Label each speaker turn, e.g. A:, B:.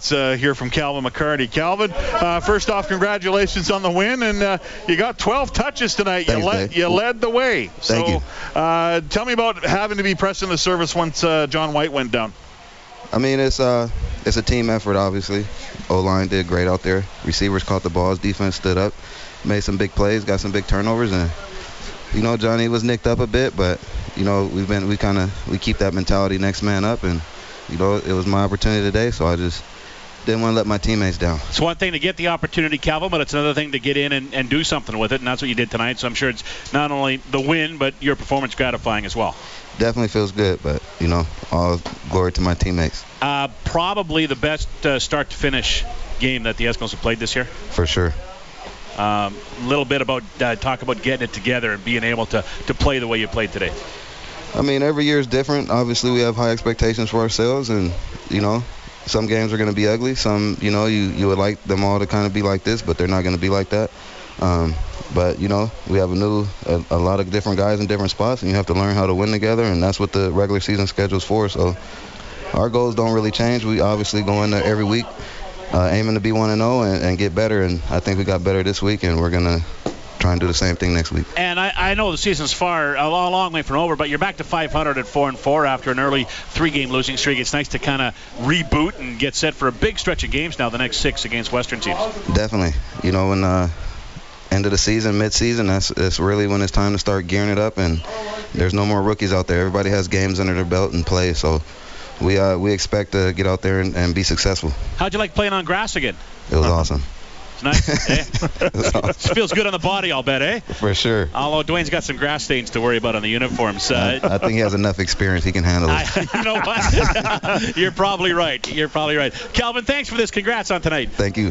A: Let's uh, hear from Calvin McCarty. Calvin, uh, first off, congratulations on the win, and uh, you got 12 touches tonight.
B: Thanks,
A: you, led,
B: Dave.
A: you led the way. so,
B: Thank you.
A: Uh, tell me about having to be pressing the service once uh, John White went down.
B: I mean, it's uh, it's a team effort, obviously. O line did great out there. Receivers caught the balls. Defense stood up, made some big plays, got some big turnovers, and you know Johnny was nicked up a bit, but you know we've been we kind of we keep that mentality next man up, and you know it was my opportunity today, so I just didn't want to let my teammates down.
C: It's one thing to get the opportunity, Calvin, but it's another thing to get in and, and do something with it, and that's what you did tonight. So I'm sure it's not only the win, but your performance gratifying as well.
B: Definitely feels good, but you know all glory to my teammates
C: Uh, probably the best uh, start to finish game that the Eskimos have played this year.
B: for sure.
C: A little bit about uh, talk about getting it together and being able to, to play the way you played today.
B: I mean, every year is different. Obviously, we have high expectations for ourselves, and you know, some games are going to be ugly. Some, you know, you you would like them all to kind of be like this, but they're not going to be like that. Um, but you know, we have a new, a, a lot of different guys in different spots, and you have to learn how to win together, and that's what the regular season schedule's for. So, our goals don't really change. We obviously go in there every week, uh, aiming to be one and zero and get better. And I think we got better this week, and we're gonna try and do the same thing next week.
C: And I, I know the season's far a lo- long way from over, but you're back to 500 at four and four after an early three-game losing streak. It's nice to kind of reboot and get set for a big stretch of games now. The next six against Western teams.
B: Definitely. You know, when uh, end of the season, mid-season, that's that's really when it's time to start gearing it up. And there's no more rookies out there. Everybody has games under their belt and play. So we uh, we expect to get out there and, and be successful.
C: How'd you like playing on grass again?
B: It was awesome.
C: It's Uh-huh. nice. eh?
B: It was awesome.
C: Feels good on the body, I'll bet, eh?
B: For sure.
C: Although Dwayne's got some grass stains to worry about on the uniforms. Uh,
B: I think he has enough experience. He can handle it.
C: I, you know what? You're probably right. You're probably right. Calvin, thanks for this. Congrats on tonight.
B: Thank you.